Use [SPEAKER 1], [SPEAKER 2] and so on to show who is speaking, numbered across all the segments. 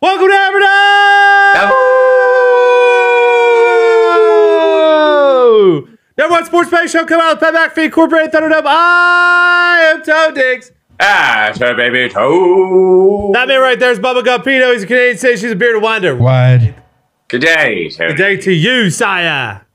[SPEAKER 1] Welcome to Aberdeen! Oh! Number one sports betting show come out with Pat McAfee Incorporated Thunderdome. I am Toe Diggs.
[SPEAKER 2] Ah, so baby toe.
[SPEAKER 1] That man right there is Bubba Gumpino. He's a Canadian citizen. He's a bearded wonder.
[SPEAKER 3] Wide.
[SPEAKER 2] Good day, Tony.
[SPEAKER 1] Good day to you, Sire.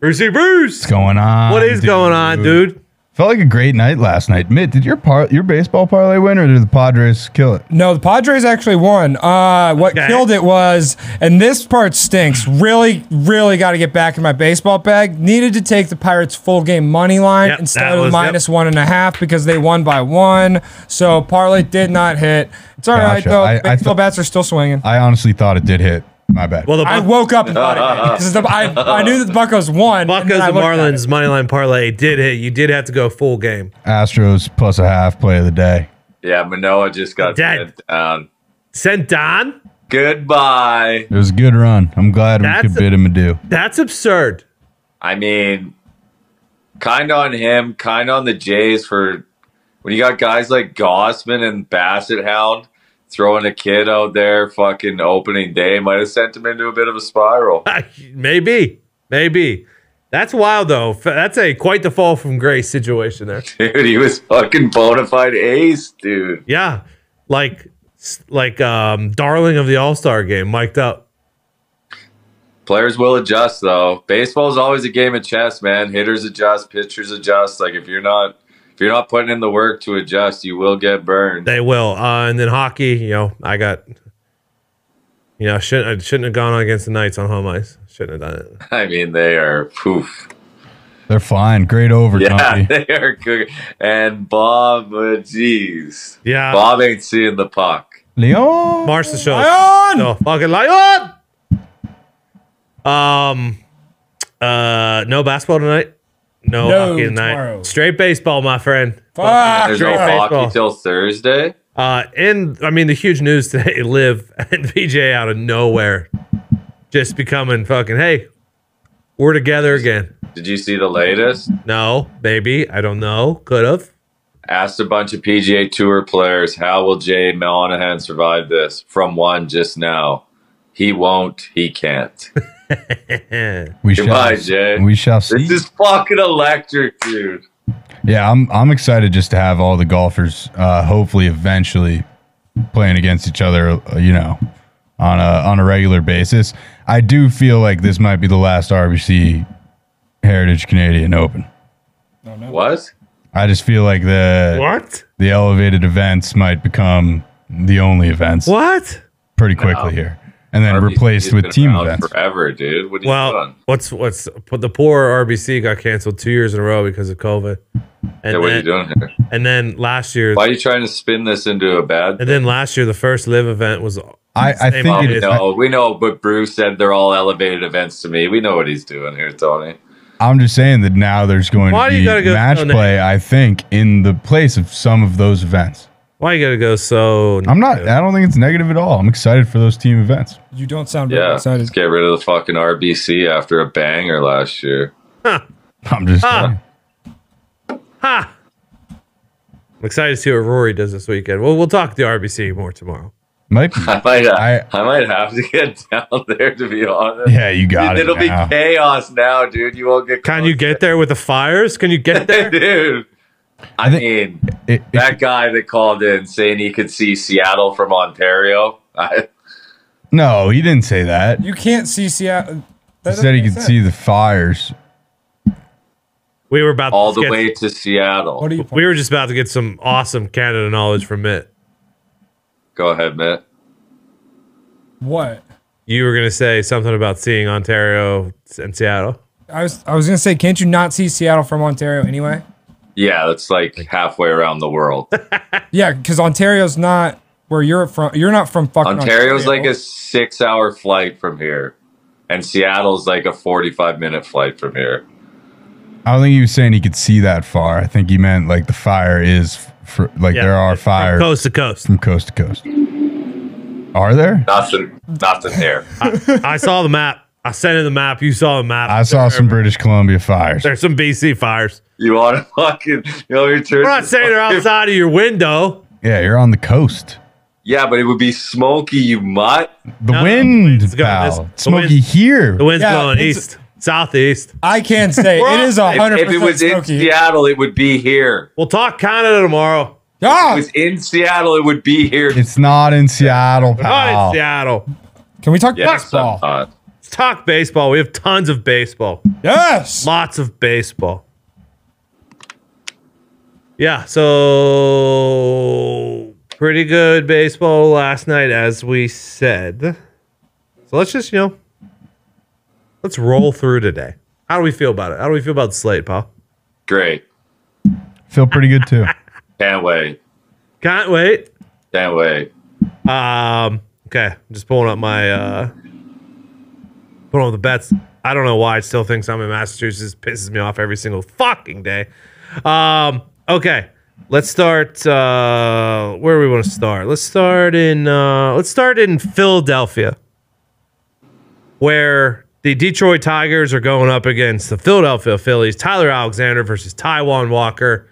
[SPEAKER 1] Brucey Bruce.
[SPEAKER 3] What's going on?
[SPEAKER 1] What is
[SPEAKER 3] dude?
[SPEAKER 1] going on, dude?
[SPEAKER 3] Felt like a great night last night. Mitt, did your par- your baseball parlay win or did the Padres kill it?
[SPEAKER 4] No, the Padres actually won. Uh, what
[SPEAKER 1] Okay.
[SPEAKER 4] killed it was, and this part stinks. Really, really got to get back in my baseball bag. Needed to take the Pirates full game money line
[SPEAKER 1] Yep, that
[SPEAKER 4] instead of
[SPEAKER 1] was-
[SPEAKER 4] minus
[SPEAKER 1] yep.
[SPEAKER 4] one and a half because they won by one. So parlay did not hit. It's all right
[SPEAKER 3] Gotcha.
[SPEAKER 4] though.
[SPEAKER 3] I- I
[SPEAKER 4] baseball
[SPEAKER 3] thought-
[SPEAKER 4] bats are still swinging.
[SPEAKER 3] I honestly thought it did hit. My bad.
[SPEAKER 1] Well, the
[SPEAKER 4] I
[SPEAKER 1] Buc-
[SPEAKER 4] woke up and thought it hit, 'cause the- I, I knew that the Buccos won. and then
[SPEAKER 1] Buccos
[SPEAKER 4] I
[SPEAKER 1] and
[SPEAKER 4] looked at it.
[SPEAKER 1] Marlins moneyline parlay did hit. You did have to go full game.
[SPEAKER 3] Astros plus a half play of the day.
[SPEAKER 2] Yeah, Manoa just got
[SPEAKER 1] Dead.
[SPEAKER 2] sent down.
[SPEAKER 1] Sent Don?
[SPEAKER 2] Goodbye.
[SPEAKER 3] It was a good run. I'm glad
[SPEAKER 1] That's
[SPEAKER 3] we could
[SPEAKER 1] a-
[SPEAKER 3] bid him adieu.
[SPEAKER 1] That's absurd.
[SPEAKER 2] I mean, kind on him, kind on the Jays for when you got guys like Gossman and Bassett Hound throwing a kid out there, fucking opening day, might have sent him into a bit of a spiral.
[SPEAKER 1] maybe, maybe. That's wild though. F- That's a quite the fall from grace situation there.
[SPEAKER 2] Dude, he was fucking bona fide ace, dude.
[SPEAKER 1] Yeah, like s- like um, darling of the All Star game, mic'd up.
[SPEAKER 2] Players will adjust though. Baseball is always a game of chess, man. Hitters adjust, pitchers adjust. Like if you're not if you're not putting in the work to adjust, you will get burned.
[SPEAKER 1] They will. Uh, and then hockey, you know, I got. You know, I shouldn't I shouldn't have gone against the Knights on home ice. Shouldn't have done it.
[SPEAKER 2] I mean, they are
[SPEAKER 1] Oh,
[SPEAKER 2] poof.
[SPEAKER 3] They're fine. Great over,
[SPEAKER 2] Yeah,
[SPEAKER 3] Dumpy.
[SPEAKER 2] they are good. And Bob, uh, jeez,
[SPEAKER 1] Yeah.
[SPEAKER 2] Bob ain't seeing the puck.
[SPEAKER 3] Leon.
[SPEAKER 1] Marsh the show.
[SPEAKER 4] Lion!
[SPEAKER 1] No fucking lion. Um, uh, no basketball tonight. No,
[SPEAKER 4] No,
[SPEAKER 1] hockey tonight.
[SPEAKER 4] tomorrow.
[SPEAKER 1] Straight baseball, my friend.
[SPEAKER 4] Fuck.
[SPEAKER 2] There's no
[SPEAKER 1] Great baseball.
[SPEAKER 2] hockey till Thursday.
[SPEAKER 1] Uh, and I mean, the huge news today: Live and VJ out of nowhere, just becoming fucking. Hey, we're together again.
[SPEAKER 2] Did you see the latest?
[SPEAKER 1] No, maybe I don't know. Could have.
[SPEAKER 2] Asked a bunch of PGA Tour players, how will Jay Monahan survive this? From one just now, he won't. He can't.
[SPEAKER 3] We
[SPEAKER 2] Goodbye, Jay.
[SPEAKER 3] We shall see.
[SPEAKER 2] This is fucking electric, dude.
[SPEAKER 3] yeah, I'm I'm excited just to have all the golfers uh, hopefully eventually playing against each other, uh, you know, on a on a regular basis. I do feel like this might be the last RBC Heritage Canadian Open.
[SPEAKER 2] What?
[SPEAKER 3] I just feel like the
[SPEAKER 1] what?
[SPEAKER 3] the elevated events might become the only events
[SPEAKER 1] What?
[SPEAKER 3] pretty quickly here, and then
[SPEAKER 2] RBC
[SPEAKER 3] replaced
[SPEAKER 2] has
[SPEAKER 3] with
[SPEAKER 2] been
[SPEAKER 3] team
[SPEAKER 2] around
[SPEAKER 3] events.
[SPEAKER 2] forever, dude. What are you
[SPEAKER 1] Well,
[SPEAKER 2] doing?
[SPEAKER 1] what's what's but the poor RBC got canceled two years in a row because of COVID, and
[SPEAKER 2] Yeah, what are
[SPEAKER 1] then,
[SPEAKER 2] you doing here?
[SPEAKER 1] and then last year,
[SPEAKER 2] Why are you trying to spin this into a bad? Oh,
[SPEAKER 1] and then last year the first Live event was.
[SPEAKER 3] I,
[SPEAKER 1] Same
[SPEAKER 3] I think it
[SPEAKER 2] We
[SPEAKER 1] obvious-
[SPEAKER 3] is.
[SPEAKER 2] know, we know, but Bruce said they're all elevated events to me. We know what he's doing here, Tony.
[SPEAKER 3] I'm just saying that now there's going
[SPEAKER 1] Why do
[SPEAKER 3] to
[SPEAKER 1] you
[SPEAKER 3] be
[SPEAKER 1] gotta go
[SPEAKER 3] match
[SPEAKER 1] so na-
[SPEAKER 3] play. I think in the place of some of those events.
[SPEAKER 1] Why you gotta go so?
[SPEAKER 3] I'm not. I don't think it's negative at all. I'm excited for those team events.
[SPEAKER 4] You don't sound very
[SPEAKER 2] Yeah,
[SPEAKER 4] excited.
[SPEAKER 2] let's get rid of the fucking RBC after a banger last year.
[SPEAKER 3] I'm just. saying.
[SPEAKER 1] Ha! I'm excited to see what Rory does this weekend. Well, we'll talk the RBC more tomorrow.
[SPEAKER 3] might be.
[SPEAKER 2] I might, uh, I,
[SPEAKER 3] I-
[SPEAKER 2] might have to get down there to be honest.
[SPEAKER 3] Yeah, you got
[SPEAKER 2] Dude,
[SPEAKER 3] it.
[SPEAKER 2] it'll
[SPEAKER 3] now.
[SPEAKER 2] be chaos now, dude. You won't get.
[SPEAKER 1] Can you get there with the fires? Can you get
[SPEAKER 2] close.
[SPEAKER 1] there?
[SPEAKER 2] dude? I,
[SPEAKER 3] I think-
[SPEAKER 2] mean,
[SPEAKER 3] It- it-
[SPEAKER 2] that guy that called in saying he could see Seattle from Ontario. I,
[SPEAKER 3] no, he didn't say that.
[SPEAKER 4] You can't see Seattle.
[SPEAKER 3] He said he could see the fires.
[SPEAKER 1] We were about
[SPEAKER 2] all
[SPEAKER 1] to
[SPEAKER 2] the
[SPEAKER 1] get-
[SPEAKER 2] way to Seattle.
[SPEAKER 4] What are you?
[SPEAKER 1] We were just about to get some awesome Canada knowledge from Mitt.
[SPEAKER 2] Go ahead, Matt.
[SPEAKER 4] What?
[SPEAKER 1] You were gonna say something about seeing Ontario and Seattle.
[SPEAKER 4] I was I was gonna say, can't you not see Seattle from Ontario anyway?
[SPEAKER 2] Yeah, that's like halfway around the world.
[SPEAKER 4] Yeah, because Ontario's not where you're from. You're not from fucking
[SPEAKER 2] Ontario's
[SPEAKER 4] Ontario.
[SPEAKER 2] like a six hour flight from here, and Seattle's like a 45 minute flight from here.
[SPEAKER 3] I don't think he was saying he could see that far. I think he meant like the fire is for like there are
[SPEAKER 1] From
[SPEAKER 3] fires
[SPEAKER 1] coast to coast.
[SPEAKER 3] from coast to coast. Are there?
[SPEAKER 2] Nothing, nothing there.
[SPEAKER 1] I saw the map. I sent in the map. You saw the map.
[SPEAKER 3] I saw some British Columbia fires.
[SPEAKER 1] There's some BC fires.
[SPEAKER 2] You want to fucking, you know, your turn.
[SPEAKER 1] We're not saying they're outside of your window.
[SPEAKER 3] Yeah, you're on the coast.
[SPEAKER 2] Yeah, but it would be smoky, you mutt.
[SPEAKER 3] The
[SPEAKER 1] No,
[SPEAKER 3] wind,
[SPEAKER 1] it's going
[SPEAKER 3] pal.
[SPEAKER 1] this- the
[SPEAKER 3] Smoky
[SPEAKER 1] wind-
[SPEAKER 3] here.
[SPEAKER 1] The wind's
[SPEAKER 4] Yeah,
[SPEAKER 1] blowing
[SPEAKER 4] it's-
[SPEAKER 1] east, southeast.
[SPEAKER 4] I can't say it is
[SPEAKER 2] If-
[SPEAKER 4] hundred
[SPEAKER 2] If, it
[SPEAKER 4] percent
[SPEAKER 2] was in
[SPEAKER 4] smoky.
[SPEAKER 2] Seattle, it would be here.
[SPEAKER 1] We'll talk Canada tomorrow.
[SPEAKER 2] If it
[SPEAKER 4] Ah,
[SPEAKER 2] was in Seattle, it would be here.
[SPEAKER 3] It's not in Seattle,
[SPEAKER 1] We're not in
[SPEAKER 3] pal.
[SPEAKER 1] Oh, Seattle.
[SPEAKER 4] can we talk
[SPEAKER 2] Yes, uh, I'm
[SPEAKER 4] baseball?
[SPEAKER 2] not.
[SPEAKER 1] Let's talk baseball. We have tons of baseball.
[SPEAKER 4] Yes.
[SPEAKER 1] Lots of baseball. Yeah, so pretty good baseball last night, as we said. So let's just, you know, let's roll through today. How do we feel about it? How do we feel about the slate, pal?
[SPEAKER 2] Great.
[SPEAKER 3] Feel pretty good too.
[SPEAKER 2] Can't wait.
[SPEAKER 1] Can't wait.
[SPEAKER 2] Can't wait.
[SPEAKER 1] Um, okay, I'm just pulling up my uh pulling up the bets. I don't know why it still thinks I'm in Massachusetts. Pisses me off every single fucking day. Um, okay. Let's start uh where do we want to start? Let's start in uh let's start in Philadelphia. Where the Detroit Tigers are going up against the Philadelphia Phillies. Tyler Alexander versus Taiwan Walker.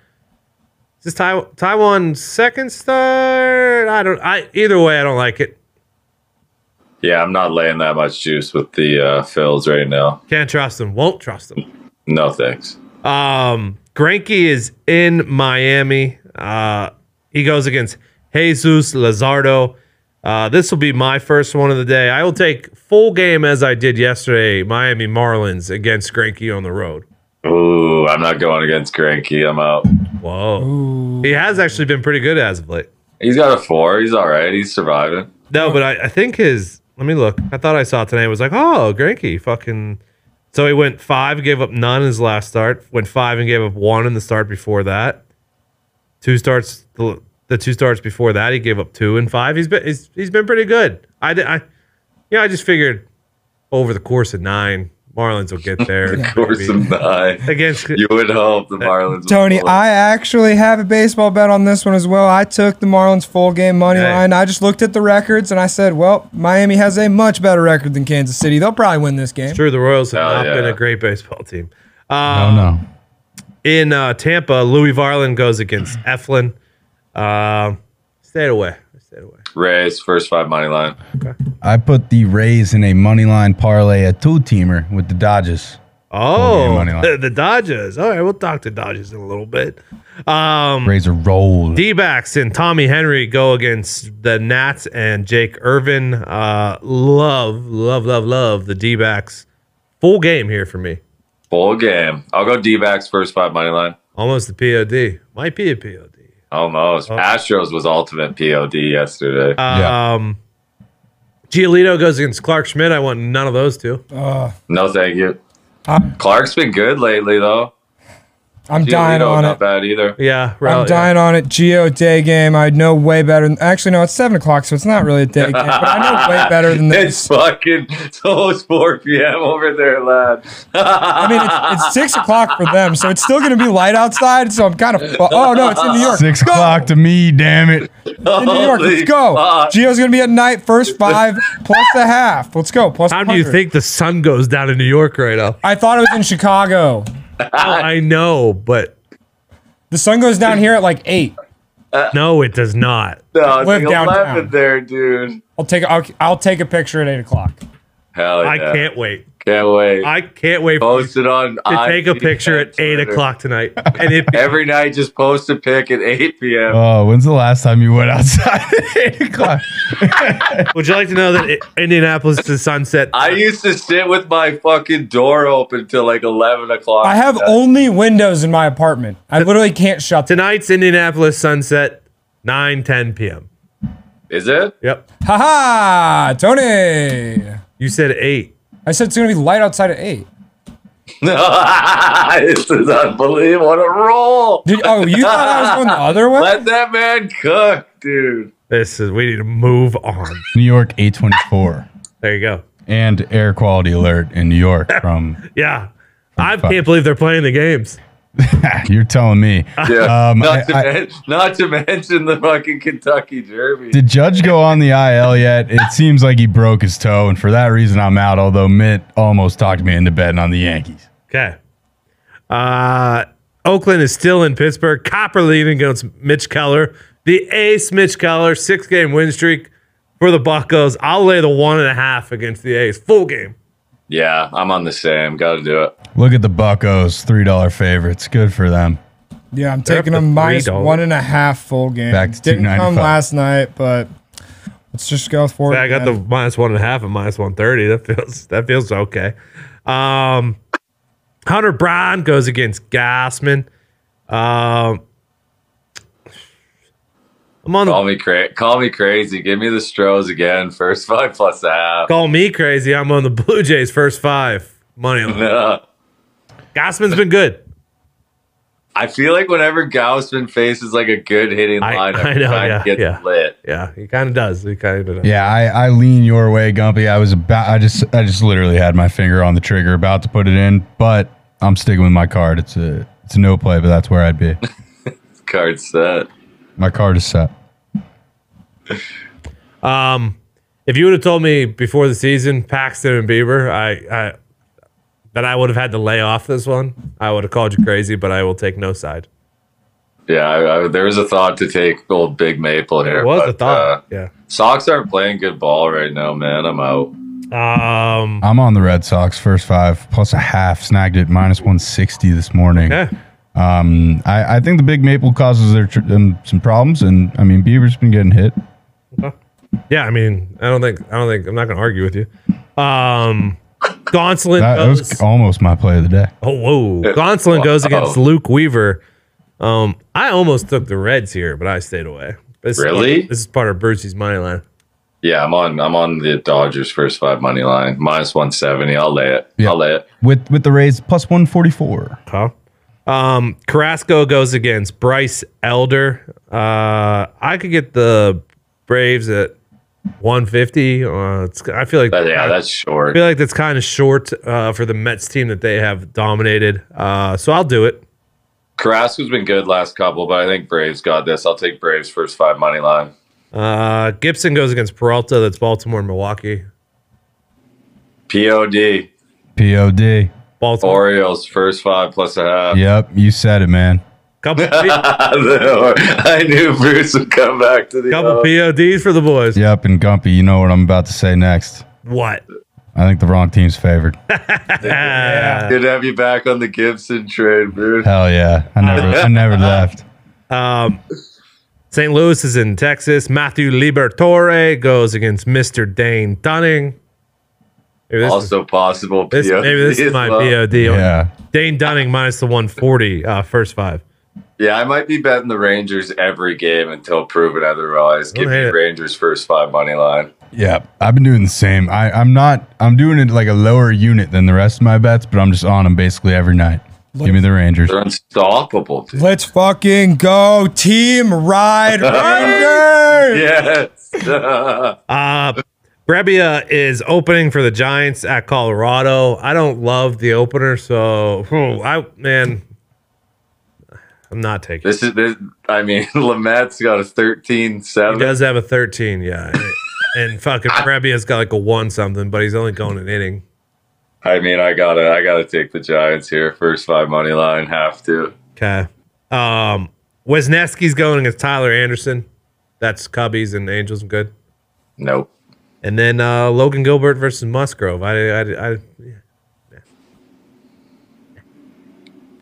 [SPEAKER 1] Is this Tai- Taiwan second start? I don't. I either way, I don't like it.
[SPEAKER 2] Yeah, I'm not laying that much juice with the uh, Phils right now.
[SPEAKER 1] Can't trust them. Won't trust them.
[SPEAKER 2] No thanks.
[SPEAKER 1] Um, Granky is in Miami. Uh, he goes against Jesus Lazardo. Uh, this will be my first one of the day. I will take full game as I did yesterday. Miami Marlins against Granky on the road.
[SPEAKER 2] Ooh, I'm not going against Granky. I'm out.
[SPEAKER 1] Whoa, he has actually been pretty good as of late.
[SPEAKER 2] He's got a four. He's all right. He's surviving.
[SPEAKER 1] No, but I, I think his. Let me look. I thought I saw it today. It was like, oh, Granky, fucking. So he went five, gave up none in his last start. Went five and gave up one in the start before that. Two starts, the, the two starts before that, he gave up two and five. He's been he's, he's been pretty good. I, di- I, yeah, I just figured over the course of nine, Marlins will get there.
[SPEAKER 2] Of course,
[SPEAKER 1] maybe.
[SPEAKER 2] I'm not.
[SPEAKER 1] against
[SPEAKER 2] You would hope the Marlins. would
[SPEAKER 4] uh, Tony,
[SPEAKER 2] pull it.
[SPEAKER 4] I actually have a baseball bet on this one as well. I took the Marlins full game money
[SPEAKER 1] Hey.
[SPEAKER 4] line. I just looked at the records and I said, well, Miami has a much better record than Kansas City. They'll probably win this game.
[SPEAKER 1] Sure, the Royals have
[SPEAKER 2] Hell
[SPEAKER 1] not
[SPEAKER 2] yeah.
[SPEAKER 1] been a great baseball team.
[SPEAKER 3] oh no.
[SPEAKER 1] in uh, Tampa, Louis Varlin goes against Eflin. Um stayed away. I Stayed away.
[SPEAKER 2] Rays first five money line.
[SPEAKER 3] I put the Rays in a money line parlay, a two teamer with the Dodgers.
[SPEAKER 1] Oh,
[SPEAKER 3] money line.
[SPEAKER 1] the, the Dodgers. All right, we'll talk to Dodgers in a little bit. Um,
[SPEAKER 3] Rays are rolled.
[SPEAKER 1] D backs and Tommy Henry go against the Nats and Jake Irvin. Uh, love, love, love, love the D backs. Full game here for me.
[SPEAKER 2] Full game. I'll go D backs first five money line.
[SPEAKER 1] Almost a POD. Might be a POD.
[SPEAKER 2] Almost.
[SPEAKER 4] Oh.
[SPEAKER 2] Astros was ultimate POD yesterday.
[SPEAKER 4] Uh,
[SPEAKER 3] Yeah.
[SPEAKER 1] Um, Giolito goes against Clark Schmidt. I want none of those two.
[SPEAKER 2] no, thank you.
[SPEAKER 4] I'm,
[SPEAKER 2] Clark's been good lately, though.
[SPEAKER 4] I'm
[SPEAKER 2] Giolito,
[SPEAKER 4] dying on
[SPEAKER 2] not
[SPEAKER 4] it.
[SPEAKER 2] bad either.
[SPEAKER 1] Yeah,
[SPEAKER 4] I'm
[SPEAKER 1] Raleigh, yeah.
[SPEAKER 4] dying on it. Geo day game. I know way better. Than, actually, no, it's seven o'clock, so it's not really a day game. But I know way better than
[SPEAKER 2] It's
[SPEAKER 4] this.
[SPEAKER 2] fucking it's almost 4 p.m. over there, lad.
[SPEAKER 4] I mean, it's, it's six o'clock for them, so it's still going to be light outside. So I'm kind of. Fu- oh no, it's in New York.
[SPEAKER 3] Six
[SPEAKER 4] Go!
[SPEAKER 3] o'clock to me, damn it.
[SPEAKER 4] It's in New York.
[SPEAKER 2] Holy
[SPEAKER 4] Let's go.
[SPEAKER 2] fuck.
[SPEAKER 4] Geo's going to be at night. First five plus a half. Let's go. Plus.
[SPEAKER 1] How do you
[SPEAKER 4] 100.
[SPEAKER 1] think the sun goes down in New York right now?
[SPEAKER 4] I thought it was in Chicago.
[SPEAKER 1] I know, but
[SPEAKER 4] The sun goes down here at like eight.
[SPEAKER 1] no, it does not.
[SPEAKER 2] No, it's
[SPEAKER 4] Live
[SPEAKER 2] like
[SPEAKER 4] downtown.
[SPEAKER 2] 11 there, dude.
[SPEAKER 4] I'll take. I'll, I'll take a picture at eight o'clock.
[SPEAKER 2] Hell yeah.
[SPEAKER 1] I can't wait.
[SPEAKER 2] Can't wait.
[SPEAKER 1] I can't wait for
[SPEAKER 2] Post it on.
[SPEAKER 1] you to take
[SPEAKER 2] IG
[SPEAKER 1] a picture
[SPEAKER 2] and
[SPEAKER 1] at eight
[SPEAKER 2] Twitter.
[SPEAKER 1] o'clock tonight, and it be
[SPEAKER 2] Every night, just post a pic at 8 p.m.
[SPEAKER 3] Oh, when's the last time you went outside at eight o'clock?
[SPEAKER 1] Would you like to know that it- Indianapolis to sunset?
[SPEAKER 2] I used to sit with my fucking door open till like 11 o'clock.
[SPEAKER 4] I have
[SPEAKER 2] Yeah.
[SPEAKER 4] only windows in my apartment. I literally can't shut them.
[SPEAKER 1] Tonight's Indianapolis sunset, 9, 10 p.m.
[SPEAKER 2] Is it?
[SPEAKER 1] Yep.
[SPEAKER 4] Ha ha, Tony.
[SPEAKER 1] You said eight.
[SPEAKER 4] I said it's gonna be light outside at eight.
[SPEAKER 2] this is unbelievable. What a roll.
[SPEAKER 4] Did, oh, you thought I was going the other way?
[SPEAKER 2] Let that man cook, dude.
[SPEAKER 1] This is we need to move on.
[SPEAKER 3] New York, eight twenty-four,
[SPEAKER 1] There you go.
[SPEAKER 3] and air quality alert in New York. From
[SPEAKER 1] Yeah. I can't believe they're playing the games.
[SPEAKER 3] you're telling me,
[SPEAKER 2] Yeah.
[SPEAKER 3] Um,
[SPEAKER 2] not, to
[SPEAKER 3] I- I-
[SPEAKER 2] men- not to mention the fucking Kentucky Derby.
[SPEAKER 3] did Judge go on the IL yet? It seems like he broke his toe, and for that reason, I'm out. Although Mitt almost talked me into betting on the Yankees.
[SPEAKER 1] Okay. Uh, Oakland is still in Pittsburgh. Copper leading against Mitch Keller. The ace Mitch Keller, six game win streak for the Buckos. I'll lay the one and a half against the ace. Full game.
[SPEAKER 2] Yeah, I'm on the same. Got to do it.
[SPEAKER 3] Look at the Buckos, three dollar favorites. Good for them.
[SPEAKER 4] Yeah, I'm
[SPEAKER 1] They're up
[SPEAKER 4] taking
[SPEAKER 1] to
[SPEAKER 4] them minus
[SPEAKER 1] $3.
[SPEAKER 4] one and a half full game.
[SPEAKER 3] Back to
[SPEAKER 4] Didn't come
[SPEAKER 3] 295.
[SPEAKER 4] last night, but let's just go for it.
[SPEAKER 1] I got the
[SPEAKER 4] man.
[SPEAKER 1] minus one and a half and minus one thirty. That feels that feels okay. Um, Hunter Brown goes against Gassman. Um, I'm on the
[SPEAKER 2] Call me cra- Call me crazy. Give me the Stros again. First five plus a half.
[SPEAKER 1] call me crazy. I'm on the Blue Jays first five money line. Gassman's been good.
[SPEAKER 2] I feel like whenever Gaussman faces like a good hitting
[SPEAKER 1] I-
[SPEAKER 2] lineup,
[SPEAKER 1] I know,
[SPEAKER 2] Ryan
[SPEAKER 1] yeah,
[SPEAKER 2] gets
[SPEAKER 1] yeah.
[SPEAKER 2] lit.
[SPEAKER 1] Yeah, he kind of does. He kind of does.
[SPEAKER 3] Yeah, I, I lean your way, Gumpy. I was about I just I just literally had my finger on the trigger, about to put it in, but I'm sticking with my card. It's a it's a no play, but that's where I'd be.
[SPEAKER 2] Card set.
[SPEAKER 3] My card is set.
[SPEAKER 1] Um, if you would have told me before the season, Paxton and Bieber, I, I that I would have had to lay off this one, I would have called you crazy. But I will take no side.
[SPEAKER 2] Yeah, I, I, there was a thought to take old Big Maple here.
[SPEAKER 1] It was
[SPEAKER 2] but,
[SPEAKER 1] a thought.
[SPEAKER 2] uh,
[SPEAKER 1] yeah.
[SPEAKER 2] Sox aren't playing good ball right now, man. I'm out.
[SPEAKER 1] Um.
[SPEAKER 3] I'm on the Red Sox first five plus a half. Snagged it minus 160 this morning.
[SPEAKER 1] Yeah.
[SPEAKER 3] Um, I, I think the big maple causes their tr- um, some problems, and I mean Bieber's been getting hit.
[SPEAKER 1] Yeah. I mean, I don't think. I don't think. I'm not going to argue with you. Um. Gonsolin
[SPEAKER 3] That, that
[SPEAKER 1] goes.
[SPEAKER 3] was almost my play of the day.
[SPEAKER 1] oh whoa! Gonsolin goes against
[SPEAKER 2] Wow.
[SPEAKER 1] Luke Weaver. Um. I almost took the Reds here, but I stayed away. This is part-
[SPEAKER 2] Really?
[SPEAKER 1] this is part of Brucey's money line.
[SPEAKER 2] Yeah, I'm on. I'm on the Dodgers first five money line minus 170. I'll lay it.
[SPEAKER 3] Yeah.
[SPEAKER 2] I'll lay it.
[SPEAKER 3] With with the Rays plus 144.
[SPEAKER 1] Huh? Um, Carrasco goes against Bryce Elder. Uh, I could get the Braves at 150. Uh, it's, I feel like
[SPEAKER 2] But yeah,
[SPEAKER 1] I
[SPEAKER 2] that's short.
[SPEAKER 1] feel like that's kind of short uh, for the Mets team that they have dominated. Uh, so I'll do it.
[SPEAKER 2] Carrasco's been good last couple, but I think Braves got this. I'll take Braves first five money line.
[SPEAKER 1] Uh, Gibson goes against Peralta. That's Baltimore and Milwaukee.
[SPEAKER 2] Pod
[SPEAKER 3] Pod.
[SPEAKER 1] Baltimore.
[SPEAKER 2] Orioles first five plus a half.
[SPEAKER 3] Yep, you said it, man.
[SPEAKER 1] Couple, couple
[SPEAKER 2] I knew Bruce would come back to the. O.
[SPEAKER 1] PODs for the boys.
[SPEAKER 3] Yep, and Gumpy, you know what I'm about to say next.
[SPEAKER 1] What?
[SPEAKER 3] I think the wrong team's favored.
[SPEAKER 2] Good to have you back on the Gibson trade, Bruce.
[SPEAKER 3] Hell yeah, I never I never left.
[SPEAKER 1] Um, St. Louis is in Texas. Matthew Liberatore goes against Mr. Dane Dunning. Maybe this,
[SPEAKER 2] Also possible.
[SPEAKER 1] is, this,
[SPEAKER 2] POD
[SPEAKER 1] maybe this is
[SPEAKER 2] as
[SPEAKER 1] my
[SPEAKER 2] well.
[SPEAKER 1] BOD.
[SPEAKER 3] Yeah,
[SPEAKER 1] Dane Dunning minus the 140, uh, first five.
[SPEAKER 2] Yeah, I might be betting the Rangers every game until proven otherwise.
[SPEAKER 1] Don't
[SPEAKER 2] Give
[SPEAKER 1] hate
[SPEAKER 2] me
[SPEAKER 1] it.
[SPEAKER 2] Rangers first five money line.
[SPEAKER 3] yeah. I've been doing the same. I I'm not. I'm doing it like a lower unit than the rest of my bets, but I'm just on them basically every night. Give me the Rangers.
[SPEAKER 2] They're unstoppable. Dude.
[SPEAKER 4] Let's fucking go, team ride Rangers!
[SPEAKER 2] Yes. That's
[SPEAKER 1] Uh, Brebbia is opening for the Giants at Colorado. I don't love the opener, so hmm, I man, I'm not taking. it.
[SPEAKER 2] this is this. I mean, Lamette's got a
[SPEAKER 1] He
[SPEAKER 2] 13-7.
[SPEAKER 1] does have a 13, yeah, and fucking Brebbia's got like a one something, but he's only going an inning.
[SPEAKER 2] I mean, I gotta, I gotta take the Giants here. First five money line, have to.
[SPEAKER 1] Okay. Um, Wisniewski's going against Tyler Anderson. That's Cubbies and Angels. and Good.
[SPEAKER 2] Nope.
[SPEAKER 1] And then uh, Logan Gilbert versus Musgrove. I, I, I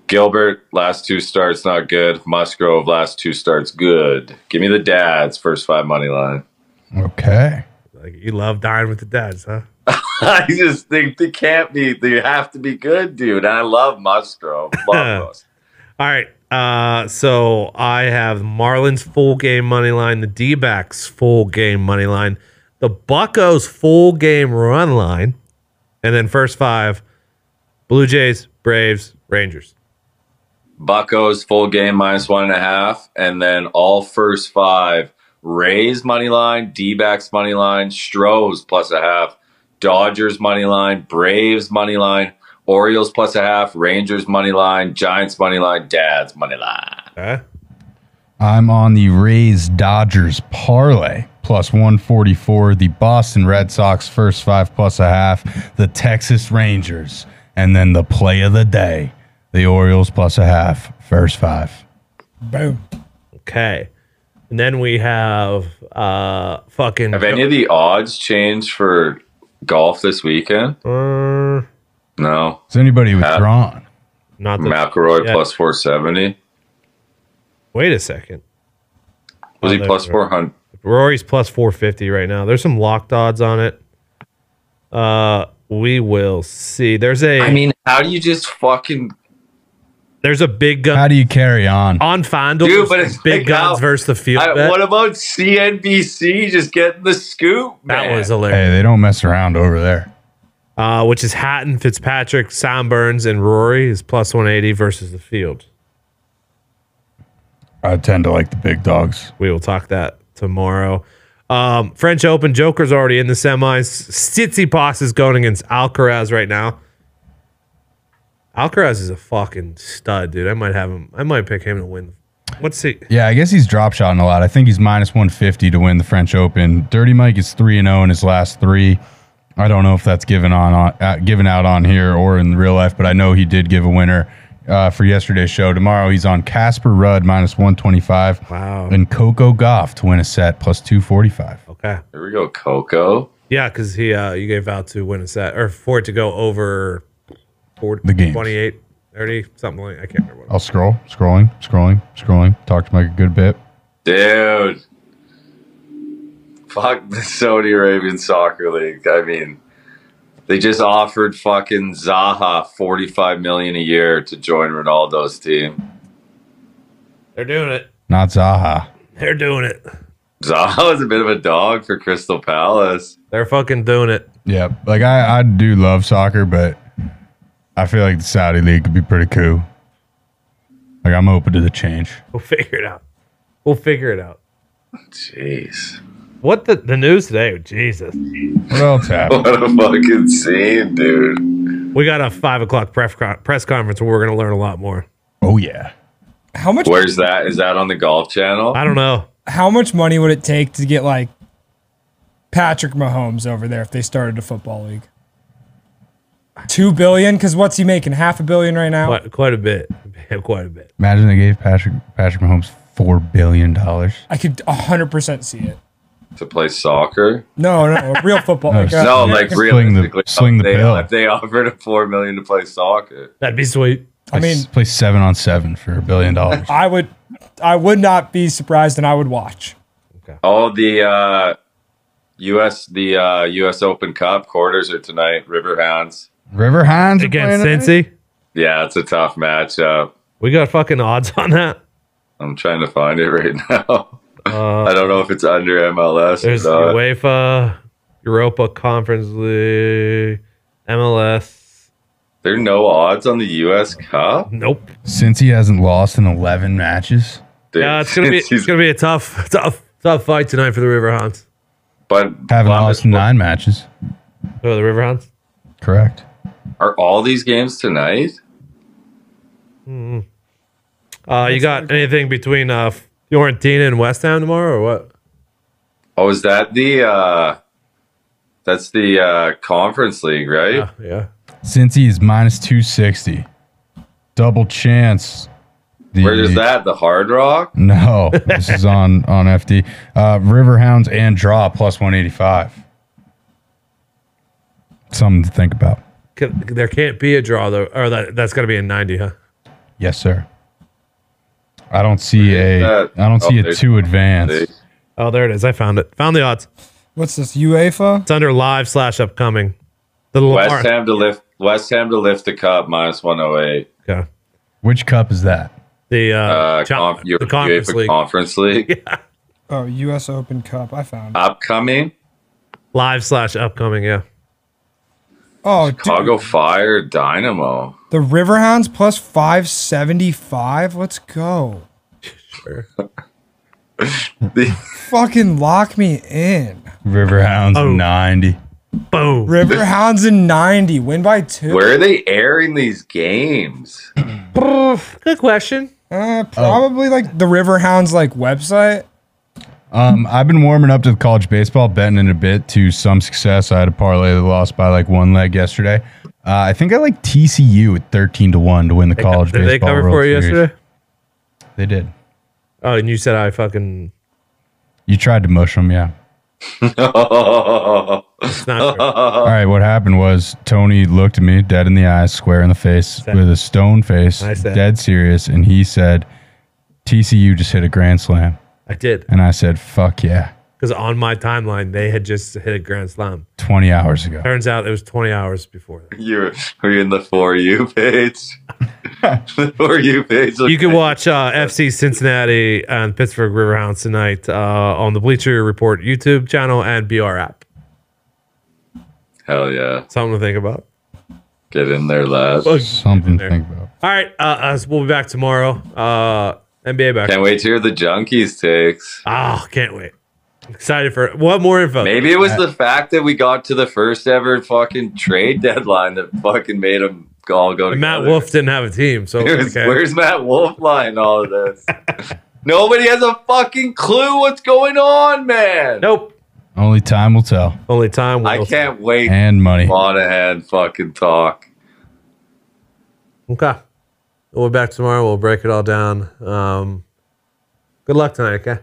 [SPEAKER 2] Gilbert, last two starts not good. Musgrove, last two starts good. Give me the dads, first five money line.
[SPEAKER 3] Okay.
[SPEAKER 1] like you love dying with the dads, huh?
[SPEAKER 2] I just think they can't be. They have to be good, dude. And I love Musgrove. Love those.
[SPEAKER 1] All right. Uh, so I have Marlins full game money line, the D backs full game money line, the Buccos full game run line, and then first five Blue Jays, Braves, Rangers.
[SPEAKER 2] Buckos full game minus one and a half, and then all first five. Rays money line, D backs money line, Stros plus a half, Dodgers money line, Braves money line, Orioles plus a half, Rangers money line, Giants money line, Dads money line.
[SPEAKER 1] Okay.
[SPEAKER 3] I'm on the Rays Dodgers parlay plus 144, the Boston Red Sox first five plus a half, the Texas Rangers, and then the play of the day, the Orioles plus a half, first five.
[SPEAKER 4] Boom.
[SPEAKER 1] Okay. And then we have uh fucking
[SPEAKER 2] Have any of the odds changed for golf this weekend?
[SPEAKER 1] Uh,
[SPEAKER 2] No.
[SPEAKER 3] Is anybody withdrawn?
[SPEAKER 1] not the
[SPEAKER 2] McElroy
[SPEAKER 1] Yeah.
[SPEAKER 2] plus 470.
[SPEAKER 1] Wait a second.
[SPEAKER 2] Was he
[SPEAKER 1] Oh,
[SPEAKER 2] plus
[SPEAKER 1] there-
[SPEAKER 2] 400?
[SPEAKER 1] Rory's plus 450 right now. There's some locked odds on it. Uh we will see. There's a
[SPEAKER 2] I mean, how do you just fucking
[SPEAKER 1] there's a big gun
[SPEAKER 3] How do you carry on?
[SPEAKER 1] on Fondle.
[SPEAKER 2] Dude, but it's
[SPEAKER 1] big
[SPEAKER 2] like
[SPEAKER 1] guns
[SPEAKER 2] how-
[SPEAKER 1] versus the field.
[SPEAKER 2] I,
[SPEAKER 1] bet.
[SPEAKER 2] what about CNBC just getting the scoop?
[SPEAKER 1] that
[SPEAKER 2] man?
[SPEAKER 1] was hilarious.
[SPEAKER 3] Hey, they don't mess around over there.
[SPEAKER 1] Uh, which is Hatton, Fitzpatrick, Sam Burns, and Rory is plus 180 versus the field.
[SPEAKER 3] I tend to like the big dogs.
[SPEAKER 1] We will talk that tomorrow. Um, French Open Joker's already in the semis. Tsitsipas is going against Alcaraz right now. Alcaraz is a fucking stud, dude. I might have him. I might pick him to win. What's he?
[SPEAKER 3] Yeah, I guess he's drop shotting a lot. I think he's minus 150 to win the French Open. Dirty Mike is 3 and 0 in his last 3. I don't know if that's given on, on uh, given out on here or in real life, but I know he did give a winner uh, for yesterday's show. Tomorrow he's on Casper Rudd minus 125.
[SPEAKER 1] Wow.
[SPEAKER 3] And Coco Goff to win a set plus 245.
[SPEAKER 1] Okay.
[SPEAKER 2] Here we go, Coco.
[SPEAKER 1] Yeah, because he uh, you gave out to win a set or for it to go over 40,
[SPEAKER 3] The games.
[SPEAKER 1] 28, 30, something like I can't remember. What it
[SPEAKER 3] I'll scroll, scrolling, scrolling, scrolling. Talk to Mike a good bit.
[SPEAKER 2] Dude. Fuck the Saudi Arabian Soccer League. I mean, they just offered fucking Zaha 45 million a year to join Ronaldo's team.
[SPEAKER 1] They're doing it.
[SPEAKER 3] Not Zaha.
[SPEAKER 1] They're doing it.
[SPEAKER 2] Zaha was a bit of a dog for Crystal Palace.
[SPEAKER 1] They're fucking doing it.
[SPEAKER 3] Yeah, like I, I do love soccer, but I feel like the Saudi league could be pretty cool. Like I'm open to the change.
[SPEAKER 1] We'll figure it out. We'll figure it out.
[SPEAKER 2] Jeez.
[SPEAKER 1] What the the news today? Oh, Jesus,
[SPEAKER 3] What else happened?
[SPEAKER 2] What a fucking scene, dude.
[SPEAKER 1] we got a five o'clock pref con- press conference where we're gonna learn a lot more.
[SPEAKER 3] oh yeah,
[SPEAKER 4] How much?
[SPEAKER 2] Where's that? Is that on the golf channel?
[SPEAKER 1] I don't know.
[SPEAKER 4] How much money would it take to get like Patrick Mahomes over there if they started a football league? Two billion? Because what's he making? Half a billion right now.
[SPEAKER 1] Quite, quite a bit. Quite a bit.
[SPEAKER 3] imagine they gave Patrick Patrick Mahomes four billion dollars.
[SPEAKER 4] I could hundred percent see it.
[SPEAKER 2] To play soccer?
[SPEAKER 4] No, no, real football. like, uh,
[SPEAKER 2] No,
[SPEAKER 3] Yeah,
[SPEAKER 2] like
[SPEAKER 3] just sling the-
[SPEAKER 2] realistically,
[SPEAKER 3] sling the
[SPEAKER 2] if they,
[SPEAKER 3] bill.
[SPEAKER 2] If they offered a four million to play soccer,
[SPEAKER 1] That'd be sweet.
[SPEAKER 4] I mean,
[SPEAKER 3] play seven on seven for a billion dollars.
[SPEAKER 4] I would, I would not be surprised, and I would watch.
[SPEAKER 2] oh the uh, U.S. the uh, U.S. Open Cup quarters are tonight. Riverhounds.
[SPEAKER 3] River Hines are
[SPEAKER 1] Against
[SPEAKER 3] playing
[SPEAKER 1] Cincy,
[SPEAKER 2] Yeah, it's a tough matchup.
[SPEAKER 1] we got fucking odds on that. Uh,
[SPEAKER 2] I'm trying to find it right now. I don't know if it's under MLS.
[SPEAKER 1] There's
[SPEAKER 2] Or not.
[SPEAKER 1] UEFA, Europa Conference League, MLS.
[SPEAKER 2] There are no odds on the U.S. Cup.
[SPEAKER 1] Nope.
[SPEAKER 3] tonight? Since he hasn't lost in eleven matches,
[SPEAKER 2] Dude,
[SPEAKER 1] Yeah, it's gonna be it's
[SPEAKER 2] he's-
[SPEAKER 1] gonna be a tough, tough, tough fight tonight for the Riverhounds.
[SPEAKER 2] but
[SPEAKER 3] haven't
[SPEAKER 2] Bob,
[SPEAKER 3] lost in nine matches.
[SPEAKER 1] Oh, the Riverhounds.
[SPEAKER 3] Correct.
[SPEAKER 2] Are all these games tonight?
[SPEAKER 1] Uh, you got anything between uh, Fiorentina and West Ham tomorrow, or what?
[SPEAKER 2] Oh, is that the uh that's the uh conference league, right?
[SPEAKER 1] Yeah, Ah, yeah.
[SPEAKER 3] Since he is minus two sixty, double chance. The-
[SPEAKER 2] Where is that? The hard rock?
[SPEAKER 3] No, this is on on FD. Uh, Riverhounds and draw plus one eighty five. Something to think about.
[SPEAKER 1] Can, there can't be a draw though, or that that's got to be a ninety, huh?
[SPEAKER 3] Yes, sir. I don't see a.
[SPEAKER 2] that?
[SPEAKER 3] I don't see
[SPEAKER 2] Oh,
[SPEAKER 3] a
[SPEAKER 2] there's-
[SPEAKER 3] two advance.
[SPEAKER 1] Oh, there it is. I found it. Found the odds.
[SPEAKER 4] What's this UEFA?
[SPEAKER 1] It's under live slash upcoming. The Lamar.
[SPEAKER 2] West Ham to lift West Ham to lift the cup minus one oh eight.
[SPEAKER 1] Okay.
[SPEAKER 3] Which cup is that?
[SPEAKER 1] The uh,
[SPEAKER 2] Uh
[SPEAKER 1] Cham-
[SPEAKER 2] conf- U-
[SPEAKER 1] the conference
[SPEAKER 2] UEFA
[SPEAKER 1] league
[SPEAKER 2] conference league.
[SPEAKER 4] Oh, U.S. Open Cup. I found. It.
[SPEAKER 2] Upcoming.
[SPEAKER 1] live slash upcoming. Yeah.
[SPEAKER 4] Oh, dude,
[SPEAKER 2] Chicago Fire Dynamo.
[SPEAKER 4] the Riverhounds plus five seventy five. Let's go.
[SPEAKER 2] The-
[SPEAKER 4] Fucking lock me in.
[SPEAKER 3] Riverhounds
[SPEAKER 1] Oh.
[SPEAKER 3] ninety.
[SPEAKER 1] Boom.
[SPEAKER 4] Riverhounds in ninety. Win by two.
[SPEAKER 2] where are they airing these games?
[SPEAKER 1] Good question.
[SPEAKER 2] Oh.
[SPEAKER 4] Uh, probably like the Riverhounds like website.
[SPEAKER 3] Um, I've been warming up to the college baseball, betting in a bit to some success. I had a parlay that lost by like one leg yesterday. Uh, I think I like TCU at thirteen to one to win the college
[SPEAKER 1] Did
[SPEAKER 3] baseball.
[SPEAKER 1] they cover
[SPEAKER 3] World
[SPEAKER 1] for you
[SPEAKER 3] Series.
[SPEAKER 1] yesterday?
[SPEAKER 3] They did.
[SPEAKER 1] Oh, and you said I fucking
[SPEAKER 3] You tried to mush him, yeah.
[SPEAKER 1] It's not true.
[SPEAKER 3] All right, what happened was Tony looked at me dead in the eyes, square in the face,
[SPEAKER 1] Sad.
[SPEAKER 3] with a stone face,
[SPEAKER 1] Nice sad.
[SPEAKER 3] dead serious, and he said, TCU just hit a grand slam.
[SPEAKER 1] I did
[SPEAKER 3] And I said, fuck yeah,
[SPEAKER 1] because on my timeline they had just hit a grand slam.
[SPEAKER 3] 20 hours ago.
[SPEAKER 1] Turns out it was 20 hours before that.
[SPEAKER 2] You're are you in the for you page? the for you page.
[SPEAKER 1] You can watch uh, FC Cincinnati and Pittsburgh Riverhounds tonight uh, on the Bleacher Report YouTube channel and BR app.
[SPEAKER 2] Hell yeah,
[SPEAKER 1] Something to think about.
[SPEAKER 2] get in there, lads.
[SPEAKER 1] Look,
[SPEAKER 3] Something to
[SPEAKER 1] there.
[SPEAKER 3] think about.
[SPEAKER 1] All right, uh, uh, we'll be back tomorrow. Uh, NBA back.
[SPEAKER 2] Can't wait to hear the junkies takes.
[SPEAKER 1] Oh, can't wait. I'm excited for what more info?
[SPEAKER 2] Maybe it was the fact that we got to the first ever fucking trade deadline that fucking made them all go.
[SPEAKER 1] And Matt
[SPEAKER 2] together.
[SPEAKER 1] Wolf didn't have a team, so
[SPEAKER 2] Where's,
[SPEAKER 1] okay.
[SPEAKER 2] where's Matt Wolf lying all of this? Nobody has a fucking clue what's going on, man.
[SPEAKER 1] nope.
[SPEAKER 3] Only time will tell.
[SPEAKER 1] Only time.
[SPEAKER 2] I
[SPEAKER 1] will-
[SPEAKER 2] can't wait.
[SPEAKER 3] And money.
[SPEAKER 2] Monahan fucking talk.
[SPEAKER 1] Okay. We'll be back tomorrow. We'll break it all down. Um, good luck tonight, okay?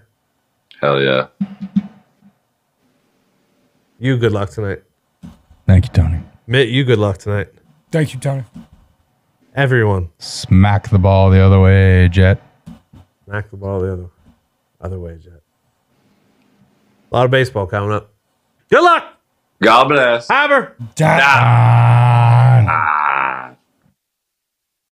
[SPEAKER 2] Hell yeah.
[SPEAKER 1] You good luck tonight.
[SPEAKER 3] Thank you, Tony.
[SPEAKER 1] Mitt, you good luck tonight.
[SPEAKER 4] Thank you, Tony.
[SPEAKER 1] Everyone,
[SPEAKER 3] Smack the ball the other way, Jet.
[SPEAKER 1] knock the ball the other other way, Jet. A lot of baseball coming up. Good luck,
[SPEAKER 2] God bless.
[SPEAKER 1] Haber.
[SPEAKER 4] Da-
[SPEAKER 2] Ah.
[SPEAKER 3] Ah.